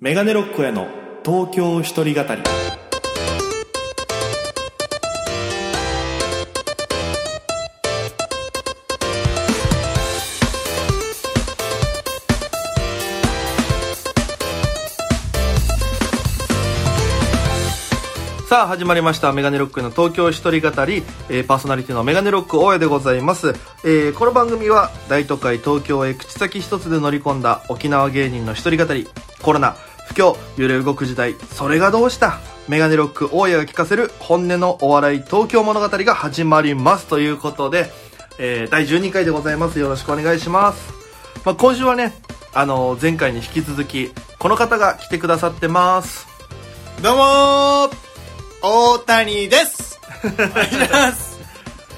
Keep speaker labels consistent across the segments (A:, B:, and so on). A: メガネロックへの東京一人語り
B: さあ始まりました「メガネロックの東京一人語り」えーパーソナリティのメガネロック大江でございます、えーこの番組は大都会東京へ口先一つで乗り込んだ沖縄芸人の一人語りコロナ不況揺れ動く時代それがどうしたメガネロック大江が聞かせる本音のお笑い東京物語が始まりますということで、えー第12回でございますよろしくお願いします、まあ、今週はねあのー前回に引き続きこの方が来てくださってます
C: どうもー大谷ですお願いします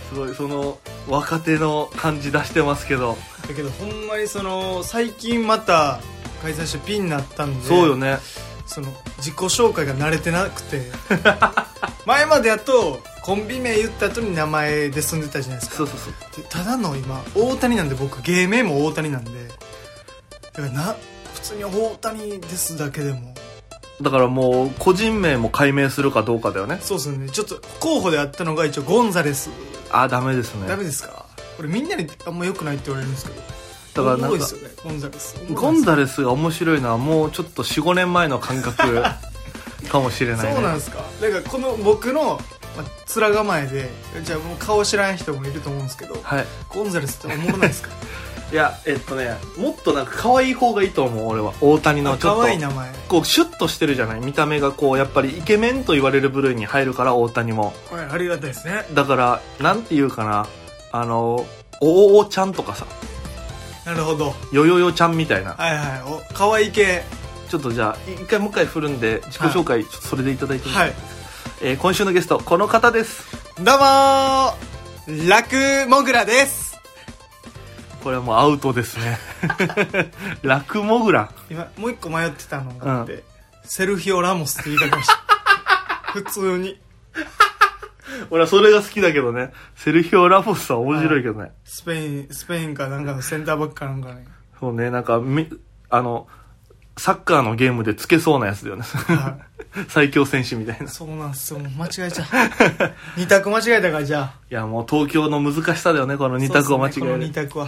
B: すごいその若手の感じ出してますけど
C: だけどほんまにその最近また解散してピンになったんで
B: そうよね
C: その自己紹介が慣れてなくて 前までやとコンビ名言った後に名前で住んでたじゃないですか
B: そうそうそう
C: でただの今大谷なんで僕芸名も大谷なんでだからな普通に大谷ですだけでも
B: だからもう個人名も解明するかどうかだよね
C: そうですねちょっと候補であったのが一応ゴンザレス
B: あダメですね
C: ダメ
B: だ
C: ですかこれみんなにあんま良くないって言われるんですけど
B: からな
C: 多い
B: ん
C: で
B: か
C: すよねゴンザレス
B: ゴンザレスが面白いのはもうちょっと45年前の感 覚かもしれないね
C: そうなんですかなんかこの僕の、まあ、面構えでじゃあもう顔知らん人もいると思うんですけど
B: はい
C: ゴンザレスって思わない ですか
B: いやえっとねもっとなんか可愛い方がいいと思う俺は大谷のちょっ
C: 可
B: と
C: 愛い名前
B: こうシュッとしてるじゃない見た目がこうやっぱりイケメンと言われる部類に入るから大谷も
C: はいありがたいですね
B: だからなんていうかなあのおおちゃんとかさ
C: なるほど
B: よよよちゃんみたいな
C: はいはいお可愛い系
B: ちょっとじゃあ一回もう一回振るんで自己紹介、ちょっとそれでいただいても
C: はい
B: えー今週のゲストこの方です
C: どうもーラクモグラです
B: これはもうアウトです ねラクモグラ
C: 今もう一個迷ってたのがあって、セルヒオ・ラモスって言いかけました 普通に
B: 俺はそれが好きだけどねセルヒオ・ラフォスは面白いけどね、
C: スペインスペインかなんかのセンターバックかなんかね
B: そうねなんかみあのサッカーのゲームでつけそうなやつだよね
C: は
B: 最強選手みたいない
C: そうなんすよもう間違えちゃう 二択間違えたからじゃあ
B: やもう東京の難しさだよねこの2択を間違え
C: そうっすねこの
B: る、
C: 二択は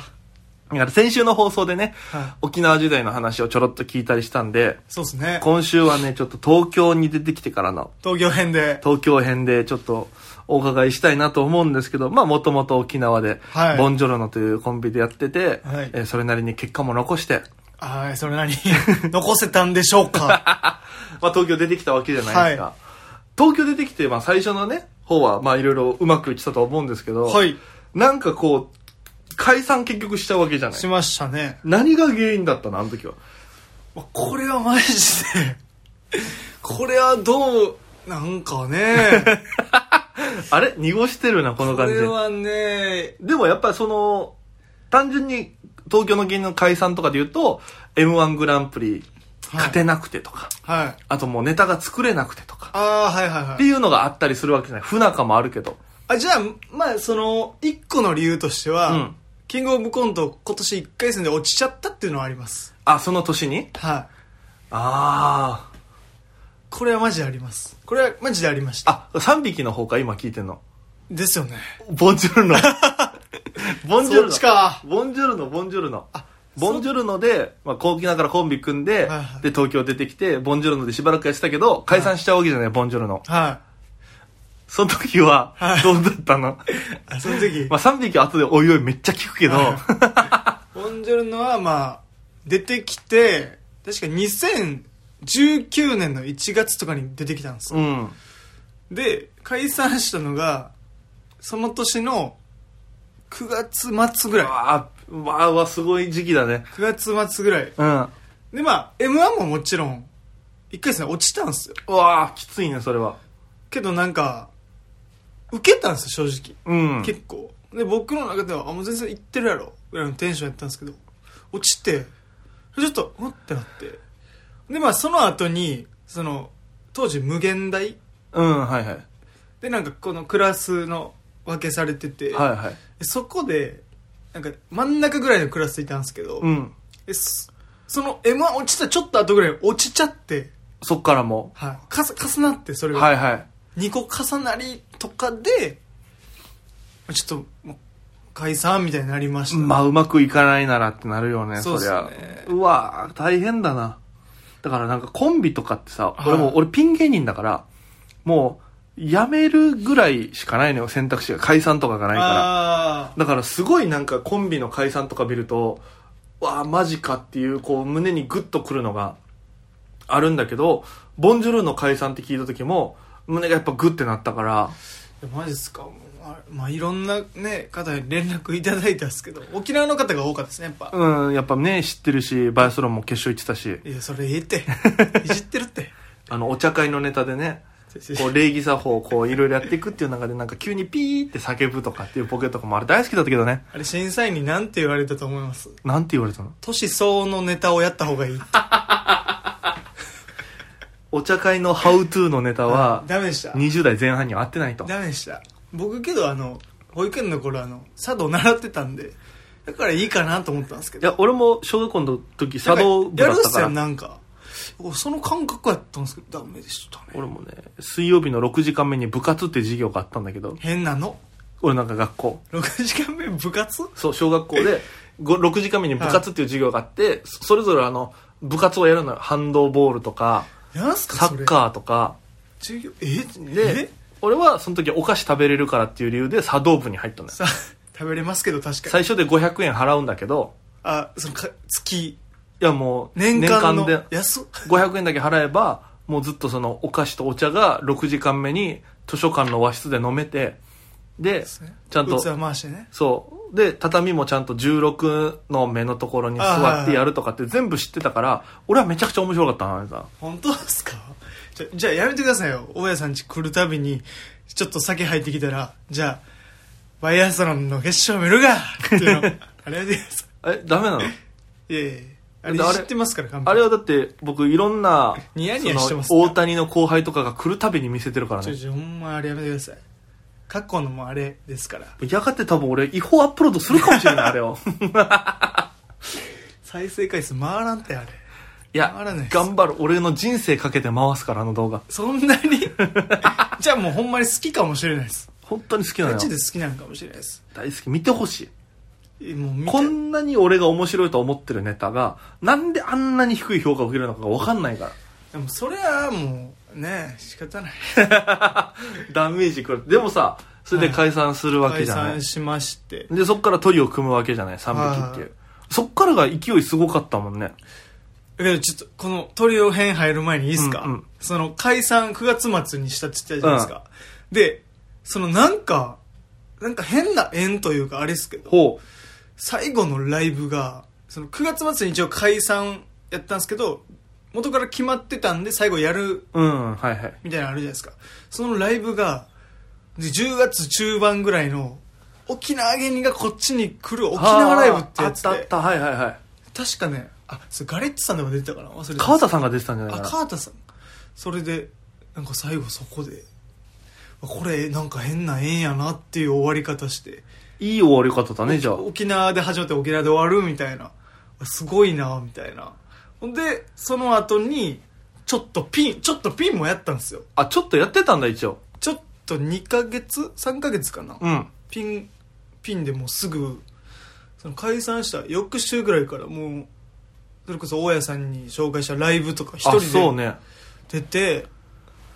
B: だから先週の放送でね
C: はい
B: 沖縄時代の話をちょろっと聞いたりしたんで
C: そうですね
B: 今週はねちょっと東京に出てきてからの
C: 東京編で
B: 東京編でちょっとお伺いしたいなと思うんですけど、まあもともと沖縄で
C: はい、
B: ボンジョロノというコンビでやってて、
C: はい
B: えーそれなりに結果も残して、
C: はいそれ何 残せたんでしょうか
B: まあ東京出てきたわけじゃないですか。東京出てきて、まあ最初のね、方はまあいろいろうまくいってたと思うんですけど、
C: はい
B: なんかこう、解散結局しちゃうわけじゃない
C: し。ましたね
B: 何が原因だったのあの時は。
C: これはマジでこれはどうなんかね
B: あれ濁してるな、 この
C: こ
B: 感じ。
C: れはね
B: でもやっぱりその、単純に東京の芸人の解散とかで言うと、M1 グランプリ勝てなくてとか、
C: はい
B: あともうネタが作れなくてとか、
C: ああはいはい
B: っ
C: は
B: て
C: い
B: いうのがあったりするわけじゃない。不仲もあるけど。
C: あじゃあまあその一個の理由としては、
B: うん
C: キングオブコント今年1回戦で落ちちゃったっていうのはあります
B: あ、その年に
C: はい
B: あ
C: これはマジでありますこれはマジでありました
B: あ。あ、3匹の方か、今聞いてんの。
C: ですよね
B: ボンジュルノ。ボンジュル
C: そっ
B: ノ
C: ち。か
B: ボンジュルノ、ボンジュルノ。ボンジュルノで、まあ、高貴ながらコンビ組んで、
C: はいはい
B: で、東京出てきて、ボンジュルノでしばらくやってたけど、解散しちゃうわけじゃない、ボンジュルノ。
C: は
B: その時は
C: は、い
B: どうだった の
C: いあその時
B: まあ、3匹は後でおいおいめっちゃ聞くけど、
C: はボンジョルノはまあ出てきて確か2019年の1月とかに出てきたんですよ、
B: うん。
C: で解散したのがその年の9月末ぐらい
B: わあ、わあ、わあすごい時期だね。
C: 9月末ぐらい
B: うん。わ
C: でまあ m 1ももちろん1回戦落ちたんですよ
B: あ、きついね、それは。
C: けどなんか受けたんですよ正直
B: うん。
C: 結構で僕の中ではあもう全然いってるやろぐらいのテンションやったんですけど落ちてちょっとうんってなってでまあその後にその当時無限大
B: うん、はいはい。
C: でなんかこのクラスの分けされてて、
B: はいはい。
C: そこでなんか真ん中ぐらいのクラスいたんですけど、
B: うん。
C: えそその M1 落ちたちょっと後ぐらいに落ちちゃって、
B: そっからも。
C: はい。かさ、重なって、それが。
B: はいはい。
C: 2個重なりとかで、ちょっと、もう解散みたいになりました。
B: まあ、うまくいかないならってなるよね、
C: そう
B: そ
C: っす
B: り
C: ね
B: ゃ。うわぁ、大変だな。だからなんかコンビとかってさ、
C: はい
B: 俺もう、俺ピン芸人だから、もう、辞めるぐらいしかないのよ、選択肢が。解散とかがないから。
C: あ
B: だからすごいなんかコンビの解散とか見ると、わあマジかっていう、こう、胸にグッとくるのがあるんだけど、ボンジュルーの解散って聞いた時も、胸がやっぱグッてなったから、
C: あ。いやマジですか。もうあまあ、いろんなね、方に連絡いただいたんですけど、沖縄の方が多かったですね、やっぱ。
B: うん、やっぱね、知ってるし、バイアスロンも決勝行ってたし、
C: いや、それ言え って。いじってるって。
B: あの、お茶会のネタでね、こう、礼儀作法をこう、いろいろやっていくっていう中で、なんか急にピーって叫ぶとかっていうボケとかもあれ大好きだったけどね、
C: あれ、審査員に何て言われたと思います
B: なんて言われたの
C: 年相応のネタをやった方がいいって。
B: お茶会のハウトゥーのネタ は、
C: ダメでした。
B: 20代前半には合ってないと。
C: ダメでした。僕けど、あの、保育園の頃、あの、茶道習ってたんで、だからいいかなと思ったんですけ
B: い
C: ど。
B: や、俺も小学校の時、茶道部だ
C: や
B: っ
C: るったす
B: か
C: よ
B: ら。
C: なんかその感覚やったんですけどダメでしたね
B: 俺もね、水曜日の6時間目に部活って授業があったんだけど、
C: 変なの
B: 俺なんか学校。
C: 6時間目部活
B: そう、小学校で、ご6時間目に部活っていう授業があって、そそれぞれあの、部活をやるのよ。ハンドボールとか、
C: なんすか
B: サ
C: それ
B: ッカーとか。
C: 授業え
B: で
C: え、
B: 俺はその時お菓子食べれるからっていう理由で茶道部に入ったのよ。
C: さ食べれますけど確か
B: 最
C: に
B: 初で500円払うんだけど、
C: あそのか月
B: いやもう、
C: 年間の
B: で
C: 安っ
B: 500円だけ払えば、もうずっとそのお菓子とお茶が6時間目に図書館の和室で飲めて、で、ちゃんと
C: 器、回してね
B: そう。で、畳もちゃんと16の目のところに座ってやるとかって全部知ってたから、俺はめちゃくちゃ面白かったな、あれさ。
C: 本当ですかじゃじゃあやめてくださいよ大家さん家来るたびにちょっと酒入ってきたらじゃあバイアスロンの決勝見るかっていう のあれやめてくださ
B: え、ダ メなの
C: いいやいやいやあ
B: だってあれ
C: れ知ってますから完璧
B: あれはだって僕いろんな、
C: ニヤニヤしてます
B: その大谷の後輩とかが来るたびに見せてるから
C: ちょ
B: ね。
C: ちょほんまあれやめてください過去のもあれですから
B: やがて多分俺違法アップロードするかもしれない、あれ を。
C: 再生回数回らんってあれ
B: いや
C: 回らないで、す
B: 頑張る。俺の人生かけて回すから、あの動画。
C: そんなに じゃあもうほんまに好きかもしれないです
B: 本当に好きなの
C: ガ
B: よ
C: チ。で好きなんかもしれないです
B: 大好き。見てほしい。
C: えもう見て
B: こんなに俺が面白いと思ってるネタが、なんであんなに低い評価を受けるのかがわかんない から。
C: でもそれはもうね仕方ない
B: ダメージくる。でもさ、それで解散するわけ
C: 解
B: じゃない。
C: 散しまして
B: で、そっからトリを組むわけじゃない、3匹っていう。
C: はい
B: そっからが勢いすごかったもんね。
C: だけどちょっとこのトリオ編入る前にいいですか、
B: うんうん
C: その解散9月末にしたって言ったじゃないですか、でそのなんかなんか変な縁というかあれですけど
B: ほ
C: 最後のライブがその9月末に一応解散やったんですけど元から決まってたんで最後やる
B: う。うん、はいはい。
C: みたいなのあるじゃないですかそのライブがで10月中盤ぐらいの沖縄芸人がこっちに来る沖縄ライブってやつで
B: あーあったあった、はいはいはい。
C: 確かねあそれガレッツさんとか出てたかな忘れてた
B: 川田さんが出てたんじゃない
C: あ
B: かな。
C: 川田さんそれでなんか最後そこでこれなんか変な縁やなっていう終わり方して
B: いい終わり方だね、じゃあ。
C: 沖縄で始まって沖縄で終わるみたいなすごいなみたいなほんでその後にちょっとピンちょっとピンもやったんですよ
B: あ、ちょっとやってたんだ、一応。
C: ちょっと2ヶ月3ヶ月かな、
B: うん。
C: ピンピンでもうすぐその解散した翌週ぐらいからもうそれこそ大家さんに紹介したライブとか一
B: あ、
C: 人
B: そう
C: で
B: ね。
C: 出て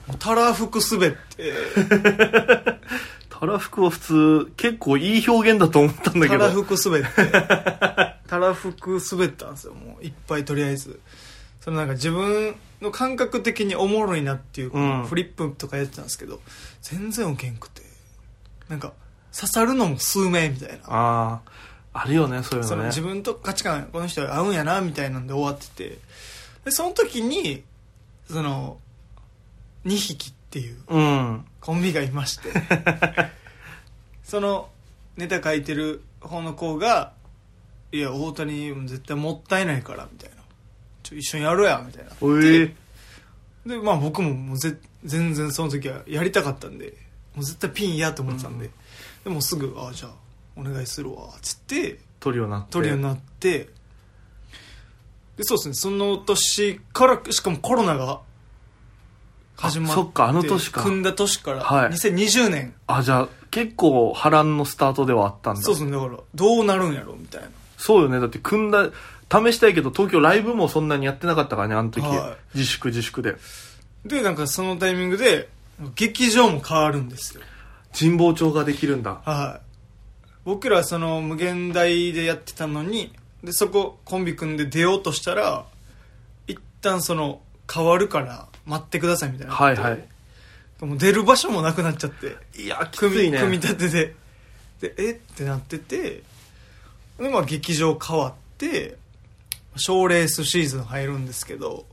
C: もうたらふく 滑って
B: たらふくは普通、結構いい表現だと思ったんだ
C: た
B: け
C: ら
B: ど。
C: ふく滑 って。たらふく滑ったんですよ、もう。いっぱいとりあえず。そのなんか自分の感覚的におもろいなっていう、
B: うん
C: フリップとかやってたんですけど、全然受けんくて。なんか、刺さるのも数名みたいな。
B: ああ、あるよね、そういう
C: そ
B: の
C: の
B: ね
C: 自。分と価値観、この人合うんやな、みたいなんで終わってて。で、その時に、その、2匹っていう
B: うん。
C: コンビがいましてそのネタ書いてる方の子が「いや大谷も絶対もったいないから」みたいな「ちょ一緒にやろうや」みたいな
B: おえ
C: でまあ僕ももうぜ全然その時はやりたかったんでもう絶対ピンやと思ってたんで、でもうすぐ「ああじゃあお願いするわ」っつって
B: トリオなって。
C: トリオになって、でそうですねその年からしかもコロナが始まって
B: あそっかあの年か
C: 組んだ年から、
B: はい
C: 2020年
B: あ、じゃあ、結構波乱のスタートではあったんだ。
C: そうですねだからどうなるんやろみたいな
B: そうよね。だって組んだ、試したいけど、東京ライブもそんなにやってなかったからね、あの時。
C: は
B: 自粛自粛で。
C: でなんかそのタイミングで劇場も変わるんですよ
B: 神保町ができるんだ。
C: はい僕らその無限大でやってたのにでそこコンビ組んで出ようとしたら一旦その変わるから待ってくださいみたいな
B: はいはい。
C: もう出る場所もなくなっちゃって
B: いや、きつ
C: 組み
B: いね。
C: 組み立てででえってなっててでまあ劇場変わって賞ーレースシーズン入るんですけど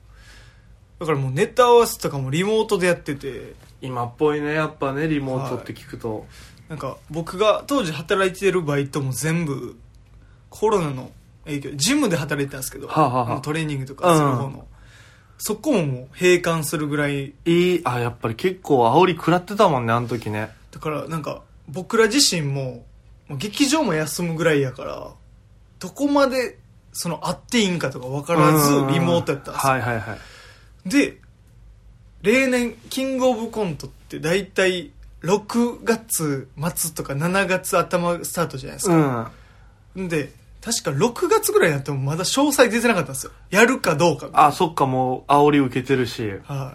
C: だからもうネタ合わせとかもリモートでやってて
B: 今っぽいね、やっぱね、リモートって聞くと。
C: なんか僕が当時働いてるバイトも全部コロナの影響ジムで働いてたんですけど、
B: はあはあはあ
C: のトレーニングとかする方の、そこももう閉館するぐらい
B: い、いあ、やっぱり結構煽り食らってたもんね、あの時ね。
C: だからなんか僕ら自身ももう劇場も休むぐらいやからどこまでその会っていいんかとか分からず
B: うん
C: リモートやったんですよ、
B: はいはいはい。
C: で例年キングオブコントって大体6月末とか7月頭スタートじゃないです
B: う
C: か、
B: ん。
C: ん、で確か6月ぐらいになってもまだ詳細出てなかったんですよやるかどうかが
B: あ、そっか、もう煽り受けてるし。
C: は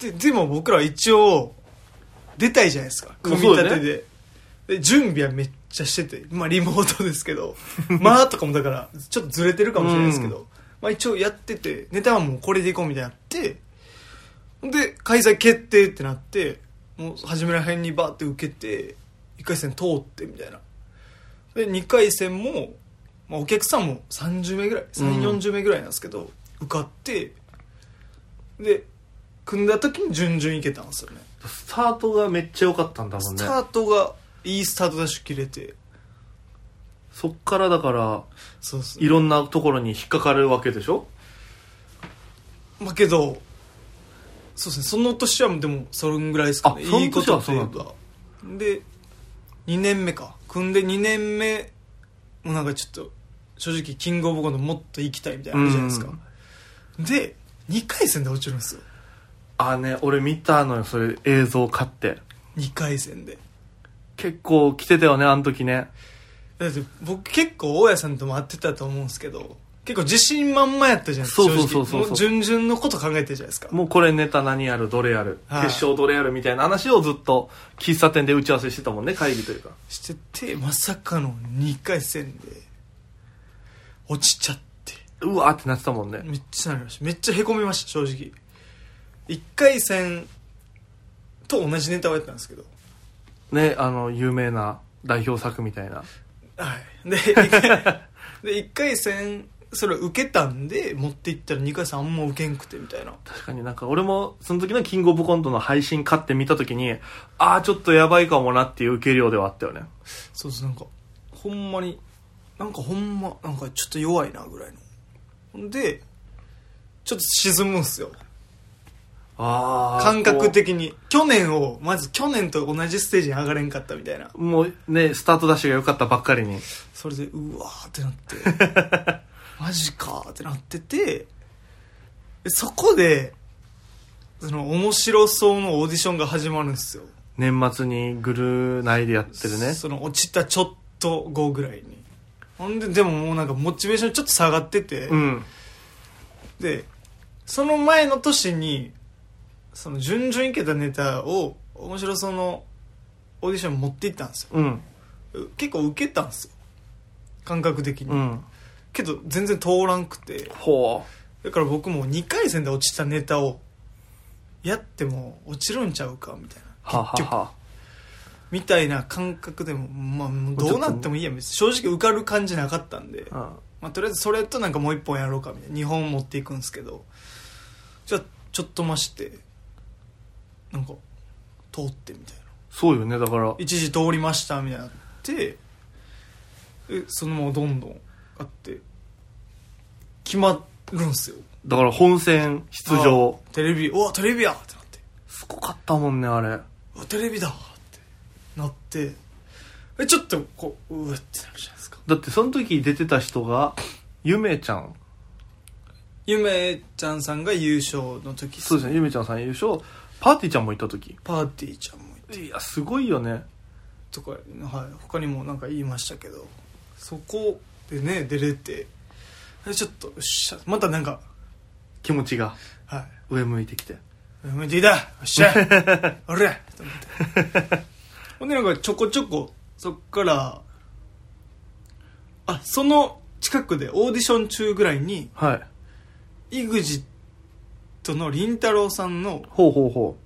C: い、ででも僕らは一応出たいじゃないですか組み立
B: まあ
C: て
B: そう
C: で,、で準備はめっちゃしててまあリモートですけど まあとかもだからちょっとずれてるかもしれないですけど、まあ一応やっててネタはもうこれでいこうみたいになってで開催決定ってなってもう初めらへんにバーって受けて1回戦通ってみたいなで2回戦も、まあ、お客さんも30名ぐらい3 4 0名ぐらいなんですけど、受かってで組んだ時に順々いけたんですよね
B: スタートがめっちゃ良かったんだもん
C: ス
B: ね。
C: タートがいいスタートダッシュ切れて
B: そっからだから、
C: そうです
B: い
C: ね
B: ろんなところに引っかかるわけでしょ
C: まあけどそうですねその年はでもそんぐらいですかね
B: あその
C: いいこ
B: 年
C: と
B: は
C: って
B: そう
C: い
B: な
C: うん
B: だ
C: かで2年目か組んで2年目もうなんかちょっと正直キングオブコントもっと行きたいみたいなのあるじゃないですかで2回戦で落ちるんですよ
B: あね、俺見たのよ、それ映像買って。
C: 2回戦で
B: 結構来てたよね、あの時ね。
C: だって僕結構大家さんとも会ってたと思うんですけど結構自信満々やったじゃないですか
B: そうそうそうそう
C: 正直もう順々のこと考えてるじゃないですか
B: もうこれネタ何やる、どれやる、
C: はい
B: 決勝どれやるみたいな話をずっと喫茶店で打ち合わせしてたもんね、会議というか。
C: しててまさかの2回戦で落ちちゃって
B: うわーってなってたもんね。
C: めっちゃなりましためっちゃへこみました正直1回戦と同じネタをやったんですけど
B: ね、あの、有名な代表作みたいな。
C: はいで1回で一回戦それを受けたんで持っていったら2回戦あんま受けんくてみたいな
B: 確かになんか俺もその時のキングオブコントの配信買って見た時に、あーちょっとやばいかもなっていう受け量ではあったよね。
C: そうですなんかほんまになんかほんまなんかちょっと弱いなぐらいのほんでちょっと沈むんすよ
B: あー
C: 感覚的に去年をまず去年と同じステージに上がれんかったみたいな
B: もうね、スタートダッシュが良かったばっかりに。
C: それでうわーってなって マジかーってなっててでそこでその面白そうのオーディションが始まるんですよ
B: 年末にグルー内でやってるね。
C: その落ちたちょっと後ぐらいにほんででももうなんかモチベーションちょっと下がってて、
B: うん。
C: でその前の年にその順々いけたネタを面白そうのオーディション持っていったんです
B: うん。
C: よ結構受けたんですよ感覚的に、
B: うん。
C: けど全然通らんくて
B: ほ
C: だから僕も2回戦で落ちたネタをやっても落ちるんちゃうかみたいな
B: う。ははは
C: みたいな感覚でも、まあ、もうどうなってもいいや別に正直受かる感じなかったんで、
B: は。
C: まあ、とりあえずそれとなんかもう一本やろうかみたいな2本持っていくんですけどじゃあちょっと増してなんか通ってみたいな
B: そうよね、だから。
C: 一時通りましたみたいになってえそのままどんどんあって決まるんすよ
B: だから本戦出場。
C: あテレビうわテレビやってなって
B: すごかったもんね、あれ。
C: うわテレビだってなってえちょっとこううわってなるじゃないですか
B: だってその時出てた人が、ゆめちゃん
C: ゆめちゃんさんが優勝の時
B: そうですねゆめちゃんさん優勝パーティーちゃんも行った時
C: パーティーちゃんもいて
B: いやすごいよね
C: とか、はい、他にもなんか言いましたけどそこでね出れてえちょっとよっしゃまたなんか
B: 気持ちが
C: は
B: 上向いてきて
C: い「向いていいだよっしゃおりゃ!」と思ってほんでなんかちょこちょこそっからあその近くでオーディション中ぐらいに
B: はい
C: EXIT のりんたろーさんの
B: ほうほうほ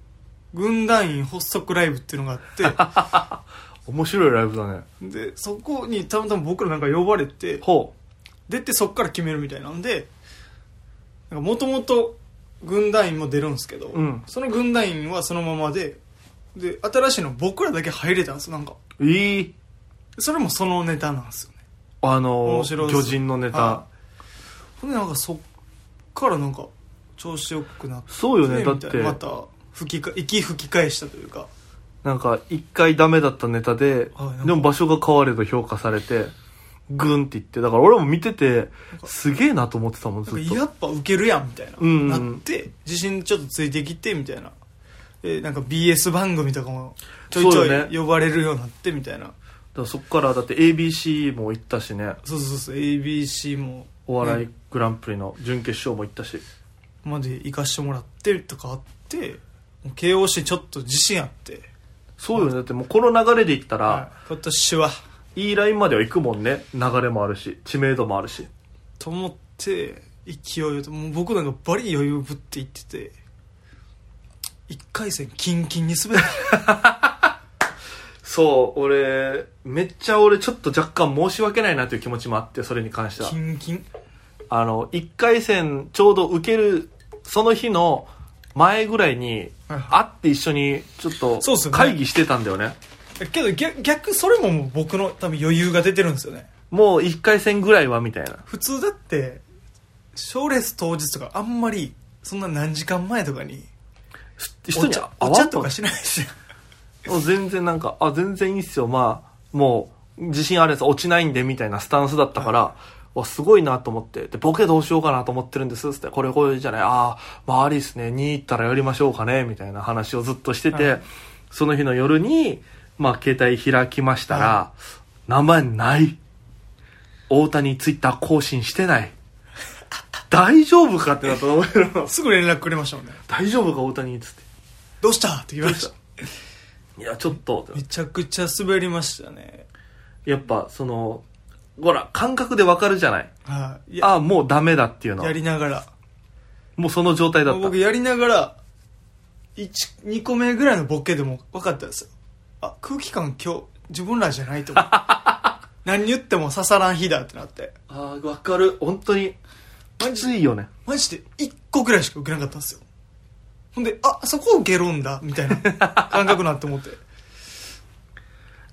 C: 軍団員発足ライブっていうのがあっ
B: う面白いライブだね
C: てでそこにたまたま僕らなんか呼ばれて
B: ほ
C: 出てそっから決めるみたいなんでもともと軍団員も出るんですけど、
B: うん
C: その軍団員はそのままでで新しいの僕らだけ入れたんですよなんか
B: ういい
C: それもそのネタなんですよね
B: あの
C: 面白
B: ー
C: い
B: 魚人のネタ
C: はほんでなんかそっからなんか調子よくなって
B: そうよねだっ
C: みたいなま
B: て
C: た吹きか息吹き返したというか
B: なんか一回ダメだったネタで
C: はいなんか
B: でも場所が変われと評価されてグンっていってだから俺も見ててすげえなと思ってたもん
C: な
B: ず
C: ん
B: っ
C: か
B: と
C: やっぱウケるやんみたいな、
B: うん
C: なって自信ちょっとついてきてみたいなでなんか BS 番組とかもちょいち
B: そ
C: ょ
B: うよね
C: い呼ばれるようになってみたいな
B: だからそっからだって ABC も行ったしね
C: そうそうそう ABC も
B: お笑い
C: ね
B: グランプリの準決勝も行ったし、
C: まで行かしてもらってとかあってもう KOC ちょっと自信あって
B: そうよねだってもうこの流れで行ったら、
C: はい今年はい
B: いラインまでは行くもんね流れもあるし知名度もあるし
C: と思って勢いよともう僕なんかバリ余裕ぶって行ってて1回戦キンキンに滑った
B: そう俺めっちゃ俺ちょっと若干申し訳ないなという気持ちもあってそれに関しては
C: キンキン
B: あの1回戦ちょうど受けるその日の前ぐらいに
C: は
B: 会
C: い
B: って一緒にちょっと
C: そうっすよね
B: 会議してたんだよね
C: けど逆逆それももう僕の多分余裕が出てるんですよね
B: もう1回戦ぐらいはみたいな
C: 普通だって賞レース当日とかあんまりそんな何時間前とかに
B: 人
C: お
B: に
C: 茶
B: 会
C: お
B: わ
C: 茶
B: ん
C: と
B: と
C: かしないし
B: もう全然なんかあ全然いいっすよまあもう自信あるやつ落ちないんでみたいなスタンスだったから、わすごいなと思ってでボケどうしようかなと思ってるんですっつってこれこれじゃないああまあありっすね2行ったらやりましょうかねみたいな話をずっとしてて、
C: はい
B: その日の夜にまあ携帯開きましたら、
C: は
B: 名前ない大谷ツイッター更新してない大丈夫かってなったの俺 ら
C: すぐ連絡くれましたもんね
B: 大丈夫か大谷っつって
C: どうしたって言われまし
B: ど
C: た
B: いやちょっとってなって
C: めちゃくちゃ滑りましたね
B: やっぱそのほら感覚でわかるじゃない
C: はいや
B: ああもうダメだっていうの
C: やりながら
B: もうその状態だった
C: 僕やりながら2個目ぐらいのボケでも分かったんですよあ空気感今日自分らじゃないと思 う何言っても刺さらん日だってなって
B: ああわかる本当に
C: マ
B: き
C: ジ
B: ついよね
C: マジで1個ぐらいしか受けなかったんですよほんであそこ受けるんだみたいな感覚になって 思って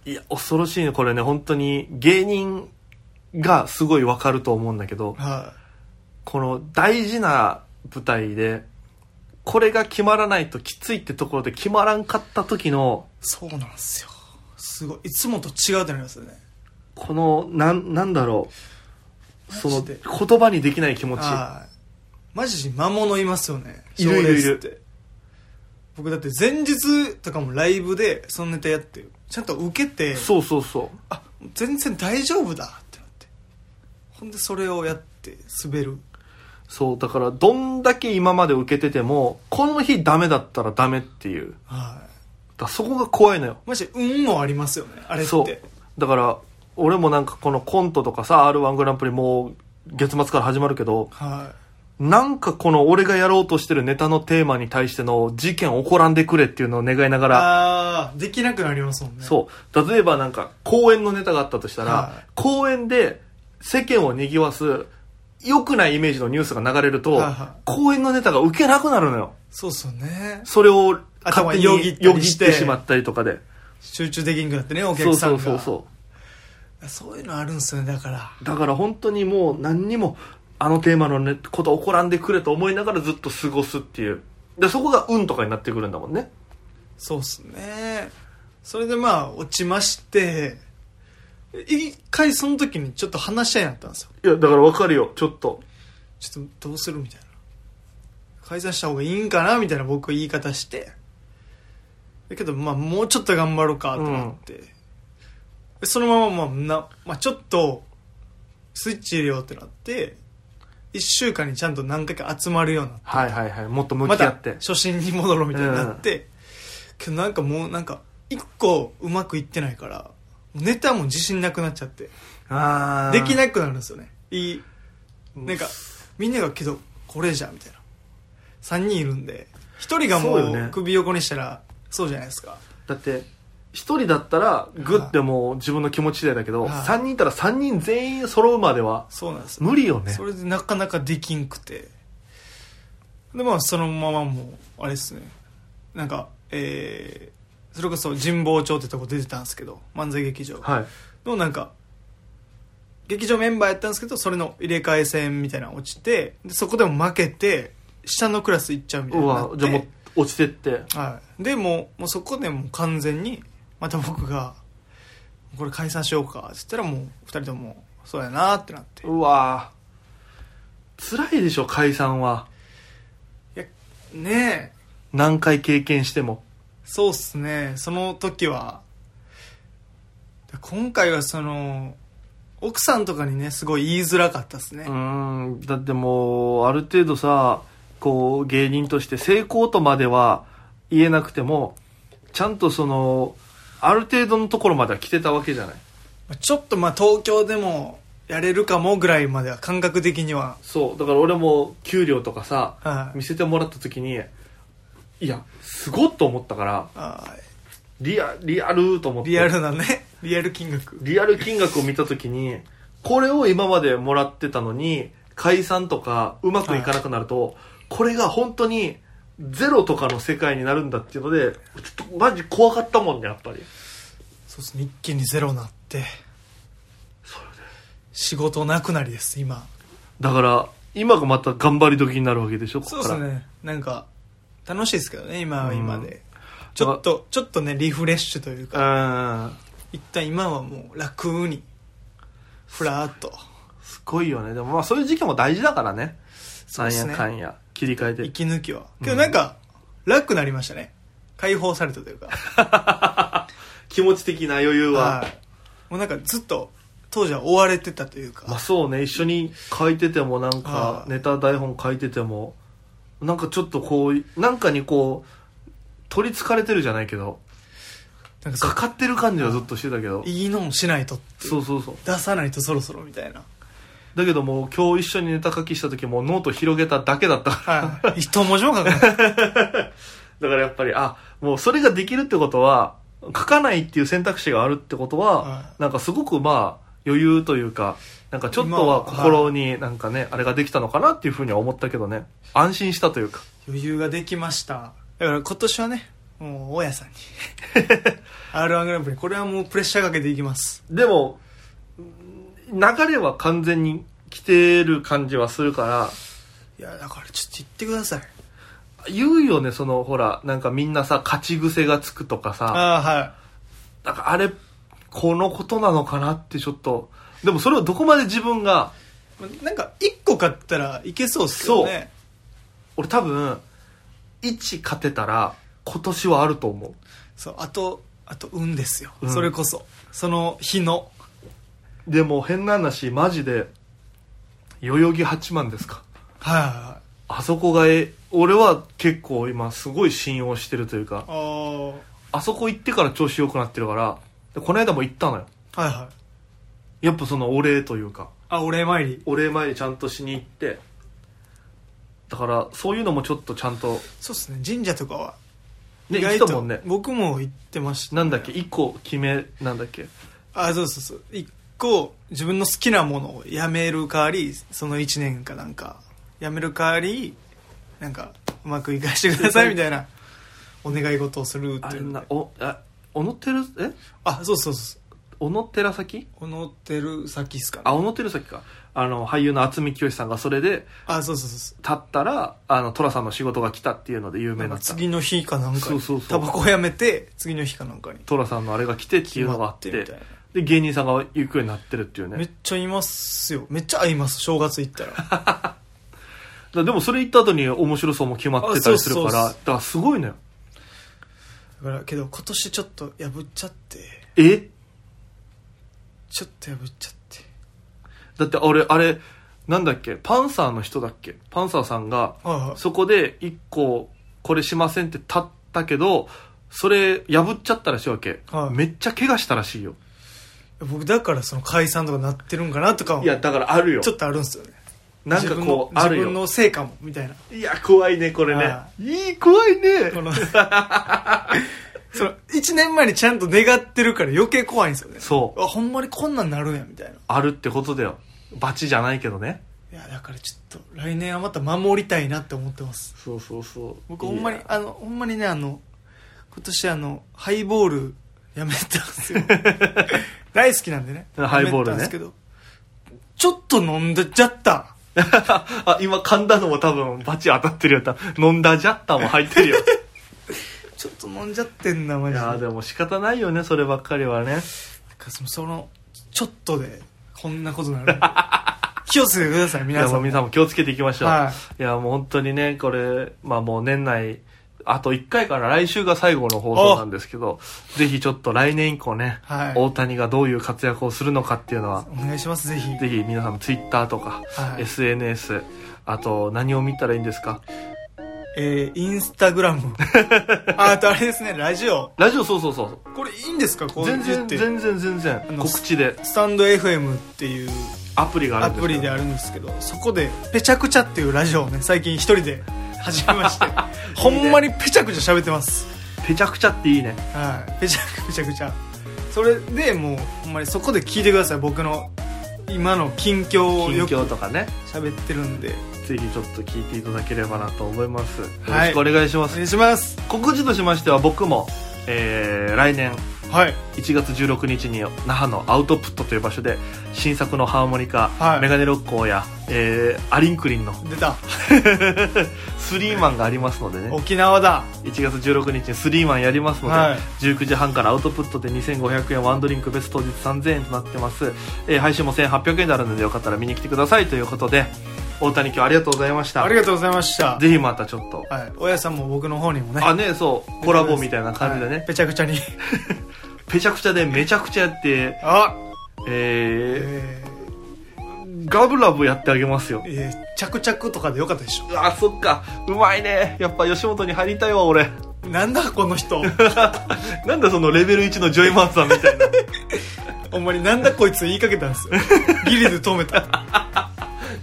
B: いや恐ろしいねこれね本当に芸人がすごいわかると思うんだけど
C: は
B: この大事な舞台でこれが決まらないときついってところで決まらんかった時の
C: いそうなんですよすごいいつもと違うってなりますよね
B: このなんなんだろうその
C: マジで
B: 言葉にできない気持ち
C: はいマジで魔物いますよね
B: いるいるいる
C: 賞レースって僕だって前日とかもライブでそのネタやってちゃんと受けて
B: そうそうそう
C: あ全然大丈夫だってなってほんでそれをやって滑る
B: そう、だから、どんだけ今まで受けてても、この日ダメだったらダメっていう。
C: は
B: だからそこが怖いのよ。
C: いマジで運もありますよねあれっ
B: そう
C: て。
B: だから、俺もなんかこのコントとかさ、R1 グランプリもう月末から始まるけど、
C: は
B: なんかこの俺がやろうとしてるネタのテーマに対しての事件起こらんでくれっていうのを願いなが
C: い
B: ら、
C: ああできなくなりますもんね
B: そう。例えばなんか公演のネタがあったとしたら、
C: はい
B: 公演で世間を賑わす良くないイメージのニュースが流れると、
C: はいはい
B: 公演のネタが受けなくなるのよ。
C: そうっすよね
B: それを
C: 頭
B: 勝手に
C: よ
B: よ
C: ぎ
B: ぎった
C: っりして
B: てしまったりとかで。
C: 集中できんくなってねお
B: そ
C: 客
B: う
C: さん
B: そ
C: が
B: うそうそう
C: そういうのあるんすよねだから
B: う。だから本当にもう何にもあのテーマのね、こと起こらんでくれと思いながらずっと過ごすっていう。で、そこが運とかになってくるんだもんね。
C: そうっすねそれでまあ落ちまして一回その時にちょっと話し合いになったんですよ
B: いや、だからわかるよ、ちょっと。
C: ちょっとどうするみたいな解散した方がいいんかなみたいな僕言い方してだけどまあもうちょっと頑張ろうかと思って、そのまままあな、まあ、ちょっとスイッチ入れようってなって1週間にちゃんと何回か集まるようになって
B: はいはいはいもっと向
C: ま
B: き合
C: た
B: って、
C: 初心に戻ろうみたいになって、けどなんかもうなんか一個うまくいってないからもうネタも自信なくなっちゃって
B: ああ
C: でき
B: い
C: なくなるんですよねいいなんかみんながけどこれじゃみたいな3人いるんで1人がも
B: そうよね
C: う首横にしたらそうじゃないですか
B: だって一人だったらグッてもう自分の気持ち次第だけど、
C: はい
B: 三人いたら三人全員揃うまでは
C: そうなんですよ
B: 無理よね
C: それでなかなかできんくてでまあそのままもうあれですねなんかえー、それこそ神保町ってとこ出てたんですけど漫才劇場
B: はい
C: のなんか劇場メンバーやったんですけどそれの入れ替え戦みたいなの落ちてでそこでも負けて下のクラス行っちゃうみたいうになっ
B: わ
C: て
B: じゃあもう落ちてって
C: はい、でもうもうそこでもう完全にまた僕が「これ解散しようか」っつったらもう二人とも「そうやな」ってなって
B: うわ辛いでしょ解散は
C: ねえ
B: 何回経験しても
C: そうっすねその時はで今回はその奥さんとかにねすごい言いづらかったっすね、
B: うーんだってもうある程度さこう芸人として成功とまでは言えなくてもちゃんとそのある程度のところまでは来てたわけじゃない
C: まあちょっとまあ東京でもやれるかもぐらいまでは感覚的には、
B: そうだから俺も給料とかさ
C: はい
B: 見せてもらった時にいやすごっと思ったから
C: は
B: リアリアルと思っ
C: い
B: て
C: リアルなねリアル金額
B: リアル金額を見た時にこれを今までもらってたのに解散とかうまくいかなくなると、これが本当にゼロとかの世界になるんだっていうのでちょっとマジ怖かったもんねやっぱり
C: そうっすね一気にゼロなって
B: そうよね
C: 仕事なくなりです今
B: だから今がまた頑張り時になるわけでしょこ
C: そ
B: こ
C: う
B: か
C: で
B: ら
C: すねなんか楽しいですけどね今は今で、
B: うん
C: ちょっとちょっとねリフレッシュという
B: う
C: か
B: ん
C: 一旦今はもう楽にふらーっと
B: すごいよねでもまあそういう時期も大事だからね
C: そう
B: な
C: で
B: ん
C: す
B: や
C: ね
B: かんや切り替えて
C: 息抜きはけどなんか、楽になりましたね解放されたというか
B: 気持ち的な余裕は、
C: はいもうなんかずっと当時は追われてたというか、
B: まあそうね一緒に書いててもなんか
C: はい
B: ネタ台本書いててもなんかちょっとこうなんかにこう取りつかれてるじゃないけど
C: なんかそう
B: かかってる感じはずっとしてたけど
C: いいのもしないと
B: そうそうそう
C: 出さないとそろそろみたいな
B: だけどもう今日一緒にネタ書きした時もノート広げただけだったから
C: はい一文字も書かない
B: だからやっぱりあもうそれができるってことは書かないっていう選択肢があるってことは、
C: は
B: なんかすごくまあ余裕というかなんかちょっとは心になんかね、あれができたのかなっていうふうには思ったけどね安心したというか
C: 余裕ができましただから今年はねもう大家さん に r 1グランプリこれはもうプレッシャーかけていきます
B: でもうん流れは完全に来てる感じはするから
C: いやだからちょっと言ってください
B: 言うよねそのほらなんかみんなさ勝ち癖がつくとかさ
C: ああは
B: なんかあれこのことなのかなってちょっとでもそれをどこまで自分が
C: いまなんか一個買ったらいけそうっすよね
B: 俺多分1勝てたら今年はあると思う
C: そうあとあと運ですよ、
B: うん
C: それこそその日の
B: でも変な話マジで代々木八幡ですか
C: はいはいはい
B: あそこがえ俺は結構今すごい信用してるというか
C: あ
B: あそこ行ってから調子良くなってるからでこの間も行ったのよ
C: あはいはい
B: やっぱそのお礼というか
C: あお礼参り
B: お礼前にちゃんとしに行ってだからそういうのもちょっとちゃんと
C: そうっすね神社とかは
B: ね
C: 意
B: 行った
C: 外と
B: もんね
C: 僕も行ってました
B: なんだっけ1個決めなんだっけ
C: あそうそうそう一個自分の好きなものをやめる代わりその1年かなんかやめる代わりなんかうまくいかして くださいみたいなお願い事をするっ
B: あ
C: てい
B: れ
C: う
B: なおあ小野寺え
C: あそうそうそう
B: 小野寺崎
C: 小野照崎っすかね
B: あ小野寺崎かあの俳優の渥美清さんがそれで
C: あそうそうそう
B: 立ったらあの寅さんの仕事が来たっていうので有
C: そうな
B: 名
C: ん
B: だ
C: か
B: った
C: 次の日かなんかに
B: そうそうそう
C: タバコをやめて次の日かなんかに
B: 寅さんのあれが来てっていうのがあって
C: 決まってみたい
B: で芸人さんが行くようになってるっていう
C: め
B: ね
C: っちゃいますよめっちゃ会います正月行ったら
B: らでもそれ行った後に面白そうも決まってたりするから、
C: あそうそ
B: だ
C: うそう
B: からすごいのよ。
C: だからけど今年ちょっと破っちゃって
B: え
C: ちょっと破っちゃって
B: だって俺、あれ、なんだっけパンサーの人だっけパンサーさんが、
C: はいはい
B: そこで一個、これしませんって立ったけど、それ破っちゃったらしいわけ。
C: はい
B: めっちゃ怪我したらしいよ。
C: 僕だからその解散とかなってるんかなとかも
B: いや、だからあるよ。
C: ちょっとあるんですよね
B: なんかこう、あ
C: 自分の
B: るよ。
C: 自分のせいかもみたいない
B: や、怖いね、これね
C: あ。
B: いい、怖いね。
C: このその1年前にちゃんと願ってるから余計怖いんですよね
B: そう
C: あほんまにこんなんなるんやみたいな
B: あるってことだよ。バチじゃないけどね。
C: いやだからちょっと来年はまた守りたいなって思ってます
B: そうそうそう。
C: 僕ほんまに
B: いや
C: あのほんまにねあの今年あのハイボールやめたんで すよ大好きなんでね
B: ハイボールね
C: やめたんですけどちょっと飲んでちゃった
B: あ、今噛んだのも多分バチ当たってるよ。多分飲んだジャッタも入ってる よ。
C: ちょっと飲んじゃってんなマ
B: い
C: ジで
B: やーでも仕方ないよね、そればっかりはね。
C: かそのそのちょっとでこんなことになる 気をつけてください皆
B: 皆
C: さ
B: さ
C: ん
B: ん皆さんも気をつけていきましょう。、
C: はい
B: や、もう本当にね、これ、まあもう年内、あと1回から来週が最後の放送なんですけど、ぜひちょっと来年以降ね、
C: はい
B: 大谷がどういう活躍をするのかっていうのは、
C: お願いしますぜひ
B: ぜひ皆さんも Twitter とか、
C: はい
B: SNS、あと何を見たらいいんですか
C: えー、インスタグ ラムああとあれですねラジオ
B: ラジオそうそうそう。
C: これいいんですかこう言
B: 全
C: って
B: 然、全然、全然
C: あ。の
B: 告知で、
C: スタンド FM っていう
B: アプリがあ
C: ア
B: るんです
C: プリであるんですけどそこで「ぺちゃくちゃ」っていうラジオをね最近一人で始め ましてほんまにぺちゃくちゃ喋ってます
B: ペチャクチャっていいね。
C: はいぺちゃくちゃくちゃそれでもうほんまにそこで聞いてください僕の今の近況を
B: 近
C: よく
B: 況とかね。
C: 喋ってるんで
B: ぜひちょっと聞いていただければなと思います。よろ
C: はい
B: しくお願いしま
C: お
B: す。
C: 願いします
B: 告知としましては僕も、えー、来年
C: はい
B: 1月16日に那覇のアウトプットという場所で新作のハーモニカ、
C: はい
B: メガネロッコーや、えー、アリンクリ ンの
C: 出た
B: スリーマンがありますのでね
C: 沖縄だ
B: 1月16日にスリーマンやりますので、
C: はい
B: 19時半からアウトプットで2500円ワンドリンク別当日3000円となってます、えー配信も1800円であるのでよかったら見に来てくださいということで大谷今日ありがとうございました
C: ありがとうございました
B: ぜひまたちょっと、
C: はい親さんも僕の方にもね
B: あねそうコラボみたいな感じでね、
C: はいぺちゃくちゃに
B: ペチャクチャでめちゃくちゃやって、
C: あ
B: え
C: え
B: ー、ガブラブやってあげますよ
C: ー。えー着々とかでよかったでしょ
B: あ、そっか。うまいね。やっぱ吉本に入りたいわ、俺。
C: なんだこの人
B: なんだそのレベル1のジョイマンさんみたい な。
C: ほんまになんだこいつ言いかけたんですよギリで止めた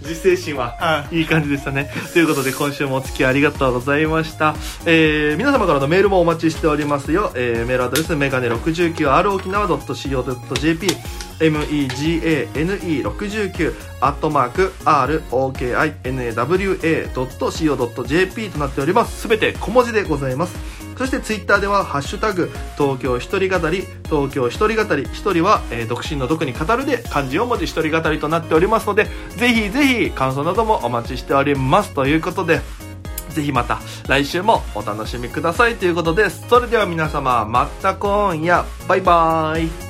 B: 自制心は
C: はい
B: い感じでしたね。ということで今週もお付き合いありがとうございました。えー、皆様からのメールもお待ちしておりますよ。えー、メールアドレスメガネ 69rokinawa.co.jp megane69 アットマーク rokinawa.co.jp となっております。すべて小文字でございます。そしてツイッターでは、ハッシュタグ、東京一人語り、東京一人語り、一人は、えー独身の独に語るで、漢字を文字一人語りとなっておりますので、ぜひぜひ感想などもお待ちしております。ということで、ぜひまた来週もお楽しみくださいということです。それでは皆様、また今夜、バイバイ。